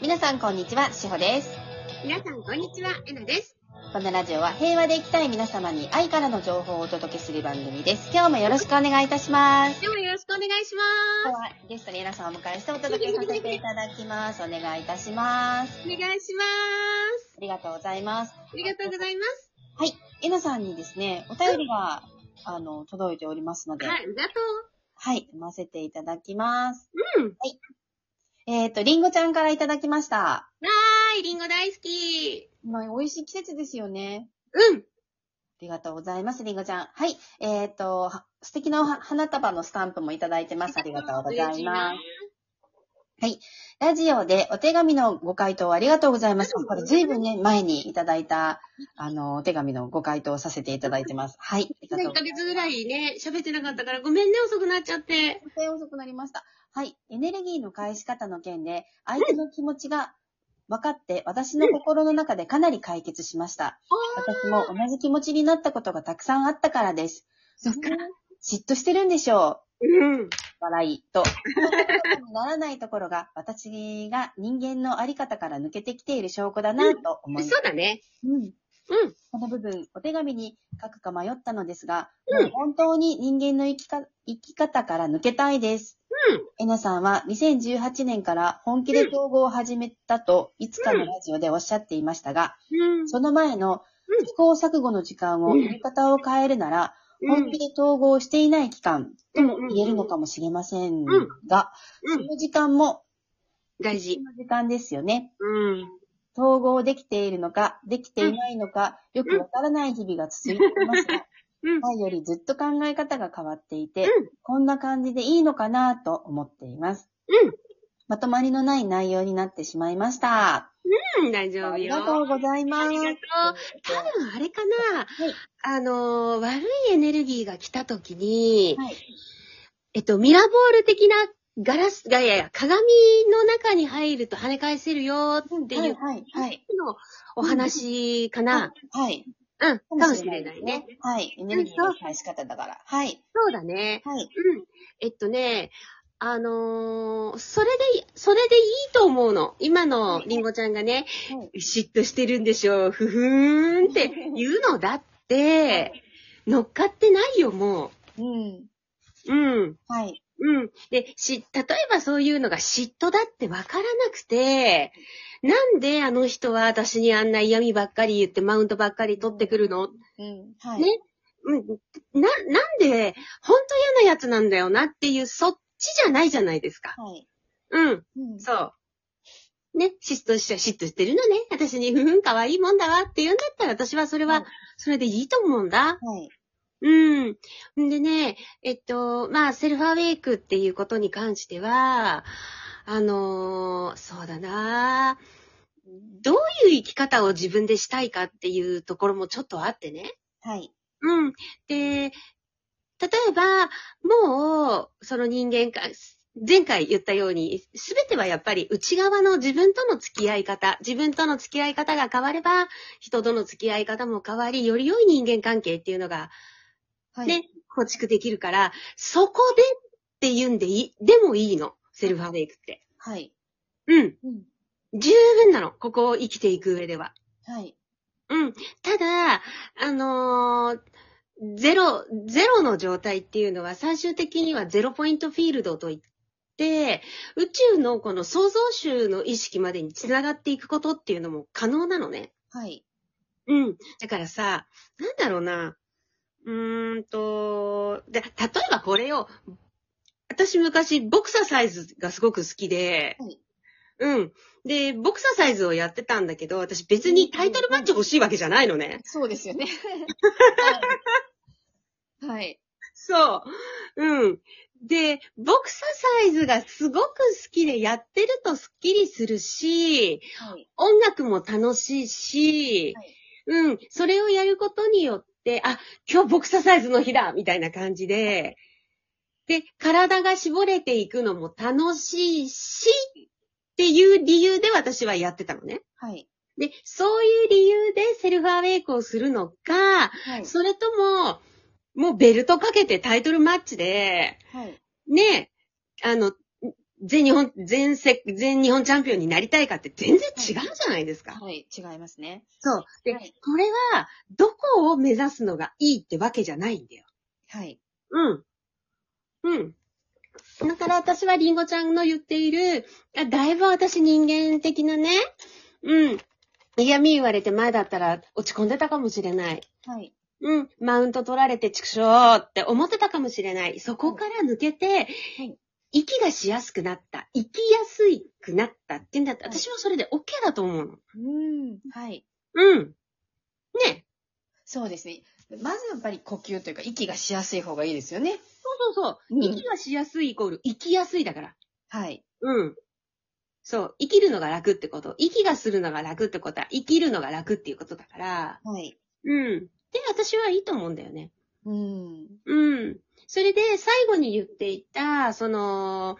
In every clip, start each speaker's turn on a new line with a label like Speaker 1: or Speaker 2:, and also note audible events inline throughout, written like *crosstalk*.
Speaker 1: 皆さんこんにちは、しほです。
Speaker 2: 皆さん、こんにちは。えなです。
Speaker 1: このラジオは平和で生きたい皆様に愛からの情報をお届けする番組です。今日もよろしくお願いいたします。
Speaker 2: 今日もよろしくお願いし
Speaker 1: 今
Speaker 2: ま
Speaker 1: 日はゲストにえなさんをお迎えしてお届けさせていただきます。お願いいたします。
Speaker 2: す。お願いします。
Speaker 1: ありがとうございます。
Speaker 2: ありがとうございます。
Speaker 1: はい。えなさんにですね、お便りが、あの、届いておりますので、
Speaker 2: はい、ありがと
Speaker 1: はい、読ませていただきます。
Speaker 2: うん
Speaker 1: はい。えっ、と、りんごちゃんからいただきました。
Speaker 2: う。わーい、りんご大好き。
Speaker 1: まあ、美味しい季節ですよね。
Speaker 2: うん。
Speaker 1: ありがとうございます、りんごちゃん。はい。えっ、と、は素敵なおは花束のスタンプもいただいてます。ありがとうございます。ラジオでお手紙のご回答ありがとうございます。これ随分ね、前にいただいた、あの、お手紙のご回答をさせていただいてます。はい。ありがとうございま
Speaker 2: 1ヶ
Speaker 1: す
Speaker 2: 月ぐらいね、喋ってなかったから、ごめんね、遅くなっちゃって。
Speaker 1: 予定遅くなりました。はい。エネルギーの返し方の件で、相手の気持ちが分かって、私の心の中でかなり解決しました。私も同じ気持ちになったことがたくさんあったからです。
Speaker 2: そっか。
Speaker 1: 嫉妬してるんでしょ
Speaker 2: うん。
Speaker 1: う。笑いと。ならないところが、私が人間のあり方から抜けてきている証拠だなと思います。
Speaker 2: そうだね。
Speaker 1: うん
Speaker 2: うん。
Speaker 1: この部分、お手紙に書くか迷ったのですが、
Speaker 2: うん
Speaker 1: もう本当に人間の生きか生き方から抜けたいです。
Speaker 2: うん
Speaker 1: えなさんは2018年から本気で競合を始めたと、いつかのラジオでおっしゃっていましたが、
Speaker 2: うん。
Speaker 1: その前の
Speaker 2: うん
Speaker 1: 試行錯誤の時間を、
Speaker 2: うん
Speaker 1: 言い方を変えるなら、本気で統合していない期間とも言えるのかもしれません
Speaker 2: うん
Speaker 1: が、
Speaker 2: う
Speaker 1: そ
Speaker 2: ん。
Speaker 1: の時間も、
Speaker 2: 大事。
Speaker 1: その時間ですよね。
Speaker 2: うん。
Speaker 1: 統合できているのか、できていないのか、よくわからない日々が続いていますが、
Speaker 2: うん。
Speaker 1: 前よりずっと考え方が変わっていて、
Speaker 2: うん
Speaker 1: こんな感じでいいのかなと思っています。
Speaker 2: うん
Speaker 1: まとまりのない内容になってしまいました。
Speaker 2: うん。大丈
Speaker 1: あ
Speaker 2: 夫
Speaker 1: り
Speaker 2: よ。
Speaker 1: がとうございます。
Speaker 2: ありがとう多分あれかな、
Speaker 1: い
Speaker 2: あのー、悪いエネルギーが来た時に、
Speaker 1: はい。
Speaker 2: えっと、ミラーボール的なガラス、がいやいや、鏡の中に入ると跳ね返せるよっていう
Speaker 1: はい、はい。
Speaker 2: のお話かな。
Speaker 1: はい。
Speaker 2: うん、かもしれないね。。
Speaker 1: はい。エネルギーの返し方だから。はい。
Speaker 2: そうだね。
Speaker 1: はい。
Speaker 2: うん。えっとね、あのーそれで、それでいいと思うの。今のリンゴちゃんがね、
Speaker 1: はい
Speaker 2: 嫉妬してるんでしょう、ふふーんって言うのだって、乗っかってないよ、も
Speaker 1: うん。
Speaker 2: う。うん。
Speaker 1: はい。
Speaker 2: うん。で、し、例えばそういうのが嫉妬だってわからなくて、なんであの人は私にあんな嫌味ばっかり言ってマウントばっかり取ってくるの
Speaker 1: うん。はい。
Speaker 2: ねうん。な、なんで、本当嫌なやつなんだよなっていう、そっちじゃないじゃないですか。
Speaker 1: はい。
Speaker 2: うん。
Speaker 1: うん。
Speaker 2: そう。ね、嫉妬しちゃ、嫉妬してるのね。私に、 *laughs* ふふん、可愛いもんだわって言うんだったら、私はそれ
Speaker 1: うん
Speaker 2: は、それでいいと思うんだ。
Speaker 1: はい。
Speaker 2: うん。んでね、えっと、まあ、セルフアウェイクっていうことに関しては、あのーそうだなどういう生き方を自分でしたいかっていうところもちょっとあってね。
Speaker 1: はい。
Speaker 2: うん。で、例えば、もう、その人間か、前回言ったように、すべてはやっぱり内側の自分との付き合い方、自分との付き合い方が変われば、人との付き合い方も変わり、より良い人間関係っていうのが
Speaker 1: はい。
Speaker 2: ね、構築できるから、そこでって言うんでいい、でもいいの。セルフアウェイクって。
Speaker 1: はい。
Speaker 2: うん。
Speaker 1: うん。
Speaker 2: 十分なの。ここを生きていく上では。
Speaker 1: はい。
Speaker 2: うん。ただ、あのーゼロ、ゼロの状態っていうのは最終的にはゼロポイントフィールドといって、宇宙のこの創造主の意識までに繋がっていくことっていうのも可能なのね。
Speaker 1: はい。
Speaker 2: うん。だからさ、なんだろうな。うーんと、で、例えばこれを、私昔ボクサーサイズがすごく好きで、
Speaker 1: はい
Speaker 2: うん。で、ボクサーサイズをやってたんだけど、私別にタイトルマッチ欲しいわけじゃないのね。
Speaker 1: そうですよね。 *laughs* はい。
Speaker 2: そう。うん。で、ボクサーサイズがすごく好きでやってるとスッキリするし、
Speaker 1: はい。
Speaker 2: 音楽も楽しいし、
Speaker 1: はい
Speaker 2: うん、それをやることによって、あ、今日ボクサーサイズの日だみたいな感じで、で、体が絞れていくのも楽しいし、っていう理由で私はやってたのね。
Speaker 1: はい。
Speaker 2: で、そういう理由でセルフアウェイクをするのか、
Speaker 1: はい。
Speaker 2: それとも、もうベルトかけてタイトルマッチで、
Speaker 1: はい。
Speaker 2: ね、あの、全日本、全世、全日本チャンピオンになりたいかって全然違うじゃないですか。
Speaker 1: はい、違いますね。
Speaker 2: そう。で、
Speaker 1: はい
Speaker 2: これは、どこを目指すのがいいってわけじゃないんだよ。
Speaker 1: はい。
Speaker 2: うん。うん。だから私はリンゴちゃんの言っている、あだいぶ私人間的なね、うん。嫌味言われて前だったら落ち込んでたかもしれない。
Speaker 1: はい。
Speaker 2: うん。マウント取られて畜生って思ってたかもしれない。そこから抜けて、
Speaker 1: い
Speaker 2: 息がしやすくなった。生きやすくなったって言うんだったら、
Speaker 1: はい
Speaker 2: 私はそれで OK だと思うの。
Speaker 1: うん。はい。
Speaker 2: うん。ね。
Speaker 1: そうですね。まずやっぱり呼吸というか、息がしやすい方がいいですよね。
Speaker 2: そうそうそう。
Speaker 1: うん
Speaker 2: 息がしやすいイコール、生きやすいだから。
Speaker 1: はい。
Speaker 2: うん。そう。生きるのが楽ってこと。息がするのが楽ってことは、生きるのが楽っていうことだから。
Speaker 1: はい。
Speaker 2: うん。で、私はいいと思うんだよね。
Speaker 1: うん。
Speaker 2: うん。それで、最後に言っていた、その、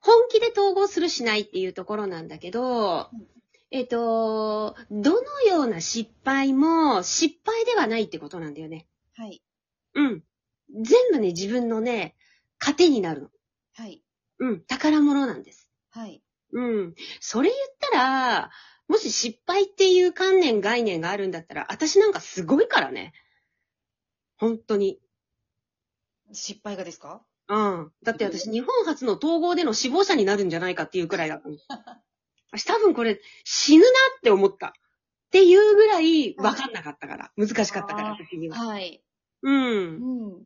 Speaker 2: 本気で統合するしないっていうところなんだけど
Speaker 1: うん、
Speaker 2: えっと、どのような失敗も失敗ではないってことなんだよね。
Speaker 1: はい。
Speaker 2: うん。全部ね、自分のね、糧になるの。
Speaker 1: はい。
Speaker 2: うん。宝物なんです。
Speaker 1: はい。
Speaker 2: うん。それ言ったら、もし失敗っていう観念、概念があるんだったら、私なんかすごいからね。本当に。
Speaker 1: 失敗がですか
Speaker 2: うん。だって私、日本初の統合での死亡者になるんじゃないかっていうくらいだったの。私多分これ、死ぬなって思った。っていうぐらい、わかんなかったから。難しかったから、
Speaker 1: あー
Speaker 2: 私には。
Speaker 1: はい。
Speaker 2: うん
Speaker 1: う。ん。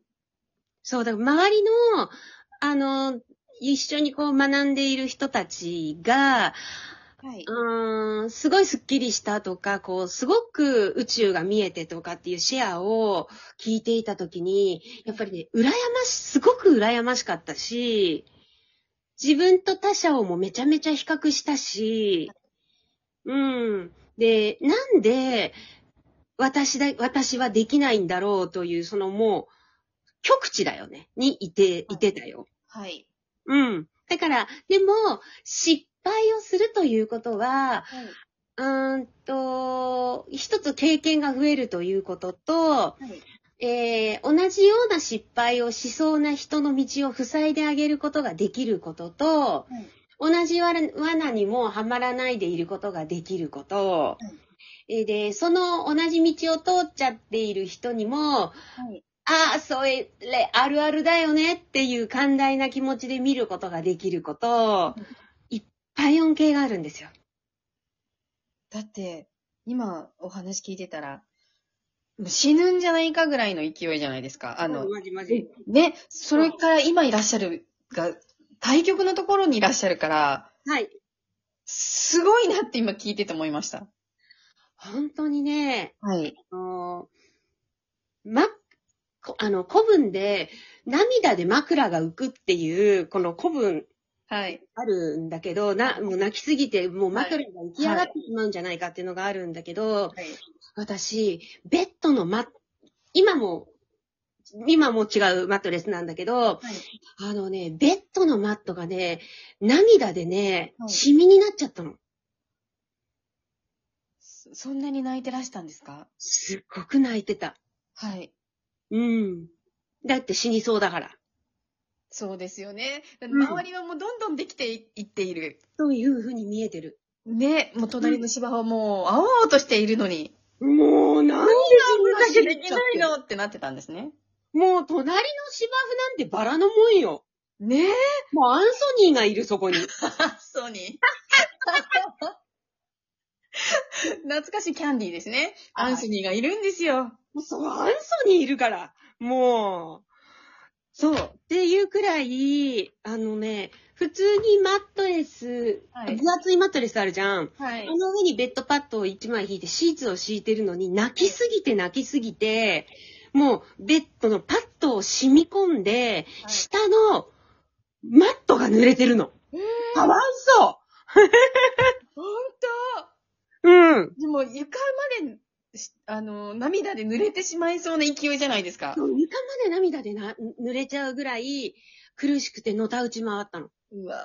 Speaker 2: そう、だから周りの、あの、一緒にこう学んでいる人たちが、
Speaker 1: はい。
Speaker 2: うーん、すごいスッキリしたとか、こう、すごく宇宙が見えてとかっていうシェアを聞いていたときに、やっぱりね、羨まし、すごく羨ましかったし、自分と他者をもめちゃめちゃ比較したし、うん。で、なんで、私だ、私はできないんだろうという、そのもう、極地だよね、にいて、いてたよ。
Speaker 1: はい。
Speaker 2: うん。だから、でも、失敗をするということ
Speaker 1: は
Speaker 2: は、
Speaker 1: い。
Speaker 2: うーんと、一つ経験が増えるということと、
Speaker 1: はい。
Speaker 2: えー、同じような失敗をしそうな人の道を塞いであげることができることと、
Speaker 1: はい
Speaker 2: 同じ罠罠にもはまらないでいることができること、えーで、その同じ道を通っちゃっている人にも、
Speaker 1: はい。
Speaker 2: ああ、それ、あるあるだよねっていう寛大な気持ちで見ることができること
Speaker 1: うん、
Speaker 2: いっぱい恩恵があるんですよ。
Speaker 1: だって、今お話聞いてたら、もう死ぬんじゃないかぐらいの勢いじゃないですか。あの、
Speaker 2: マジマジ。
Speaker 1: ね、それから今いらっしゃるが、対局のところにいらっしゃるから、
Speaker 2: はい。
Speaker 1: すごいなって今聞いてて思いました。
Speaker 2: 本当にね、
Speaker 1: はい。
Speaker 2: あのま、こあの、古文で、涙で枕が浮くっていう、この古文
Speaker 1: はい。
Speaker 2: あるんだけど、な、もう泣きすぎて、もう枕が浮き上がってしまうんじゃないかっていうのがあるんだけ
Speaker 1: は
Speaker 2: ど、
Speaker 1: い。
Speaker 2: 私、ベッドのま、今も、今も違うマットレスなんだけど、あのね、ベッドのマットがね、涙でね、
Speaker 1: はい
Speaker 2: シミになっちゃったの。
Speaker 1: そそんなに泣いてらしたんですか
Speaker 2: すっごく泣いてた。
Speaker 1: はい。
Speaker 2: うん。だって死にそうだから。
Speaker 1: そうですよね。
Speaker 2: ん
Speaker 1: 周りはもうどんどんできていいっている。
Speaker 2: というふうに見えてる。
Speaker 1: ね、もう隣の芝生はもう、青々としているのに、
Speaker 2: もう、なんでそ
Speaker 1: 昔
Speaker 2: んな
Speaker 1: で
Speaker 2: に
Speaker 1: きないのってなってたんですね。
Speaker 2: もう、隣の芝生なんてバラのもんよ。
Speaker 1: ねえ。
Speaker 2: もう、アンソニーがいる、そこに。
Speaker 1: ソニー。 *laughs* 懐かしいキャンディーですね。
Speaker 2: は
Speaker 1: ア
Speaker 2: い
Speaker 1: ンソニーがいるんですよ。
Speaker 2: もうそう、アンソニーいるから。もう。そう。っていうくらい、あのね、普通にマットレス、
Speaker 1: はい
Speaker 2: 分厚いマットレスあるじゃん。
Speaker 1: はい
Speaker 2: その上にベッドパッドを1枚引いて、シーツを敷いてるのに、泣きすぎて泣きすぎて、もうベッドのパッドを染み込んで、
Speaker 1: はい
Speaker 2: 下のマットが濡れてるの。かわいそ
Speaker 1: 本
Speaker 2: ううん。
Speaker 1: 当でも床までし、あの、涙で濡れてしまいそうな勢いじゃないですか。
Speaker 2: 床まで涙でな濡れちゃうぐらい、苦しくてのたうち回ったの。
Speaker 1: うわ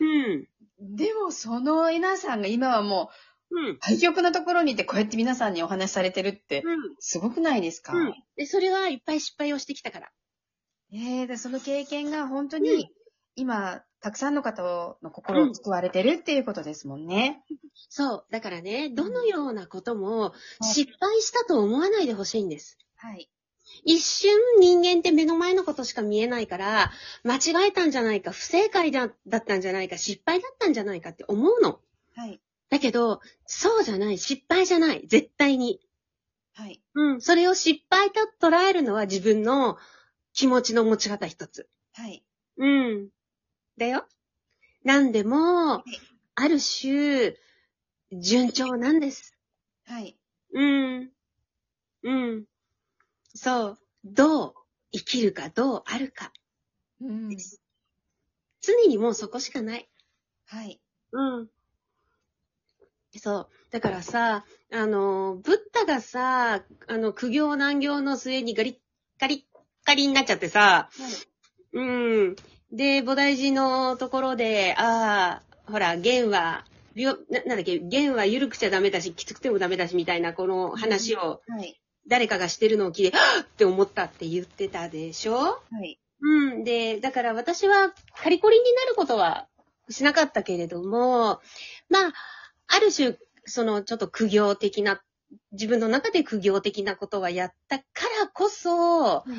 Speaker 2: うん。
Speaker 1: ぁでもその皆さんが今はもう、
Speaker 2: うん。
Speaker 1: 対局のところにいてこうやって皆さんにお話しされてるって、
Speaker 2: うん。
Speaker 1: すごくないですか、
Speaker 2: うん。で、それはいっぱい失敗をしてきたから。
Speaker 1: ええでその経験が本当
Speaker 2: うん
Speaker 1: に今、たくさんの方の心を救われてるっていうことですもんね。
Speaker 2: そう。だからね、どのようなことも
Speaker 1: い
Speaker 2: 失敗したと思わないでほしいんです。
Speaker 1: はい。
Speaker 2: 一瞬人間って目の前のことしか見えないから、間違えたんじゃないか、不正解だだったんじゃないか、失敗だったんじゃないかって思うの。
Speaker 1: はい。
Speaker 2: だけど、そうじゃない、失敗じゃない、絶対に。
Speaker 1: はい。
Speaker 2: うん。それを失敗と捉えるのは自分の気持ちの持ち方一つ。
Speaker 1: はい。
Speaker 2: うん。だよ。なんでも、ある種、順調なんです。
Speaker 1: はい。
Speaker 2: うん。うん。そう。どう生きるかどうあるか。
Speaker 1: うん。
Speaker 2: 常にもうそこしかない。
Speaker 1: はい。
Speaker 2: うん。そう。だからさ、あの、ブッダがさ、あの、苦行難行の末にガリッ、ガリッ、ガリになっちゃってさ、うん。で、菩提寺のところで、ああ、ほら、弦は、病、な、なんだっけ、弦は緩くちゃダメだし、きつくてもダメだし、みたいな、この話を、
Speaker 1: はい。
Speaker 2: 誰かがしてるのを聞いて、はっって思ったって言ってたでしょ
Speaker 1: はい。
Speaker 2: うん。で、だから私は、カリコリになることはしなかったけれども、まあ、ある種、その、ちょっと苦行的な、自分の中で苦行的なことはやったからこそ、
Speaker 1: はい。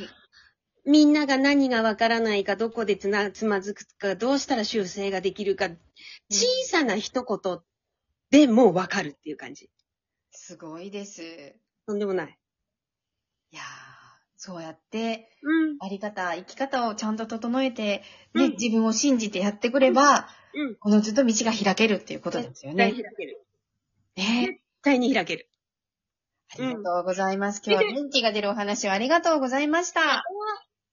Speaker 2: みんなが何がわからないか、どこでつな、つまずくか、どうしたら修正ができるか、小さな一言でもうわかるっていう感じ。
Speaker 1: すごいです。い
Speaker 2: とんでもない。
Speaker 1: やーそうやって、
Speaker 2: うん。
Speaker 1: あり方、生き方をちゃんと整えて、ね、
Speaker 2: うん
Speaker 1: 自分を信じてやってくれば、
Speaker 2: うん
Speaker 1: このずっと道が開けるっていうことですよ
Speaker 2: 絶対
Speaker 1: ね。
Speaker 2: に開ける。
Speaker 1: ね。
Speaker 2: 絶対に開ける。
Speaker 1: ありがとうございます。今日は元気が出るお話をありがとうございました。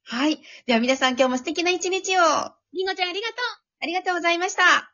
Speaker 1: はい。では皆さん今日も素敵な一日を。
Speaker 2: りんごちゃんありがとう
Speaker 1: ありがとうございました。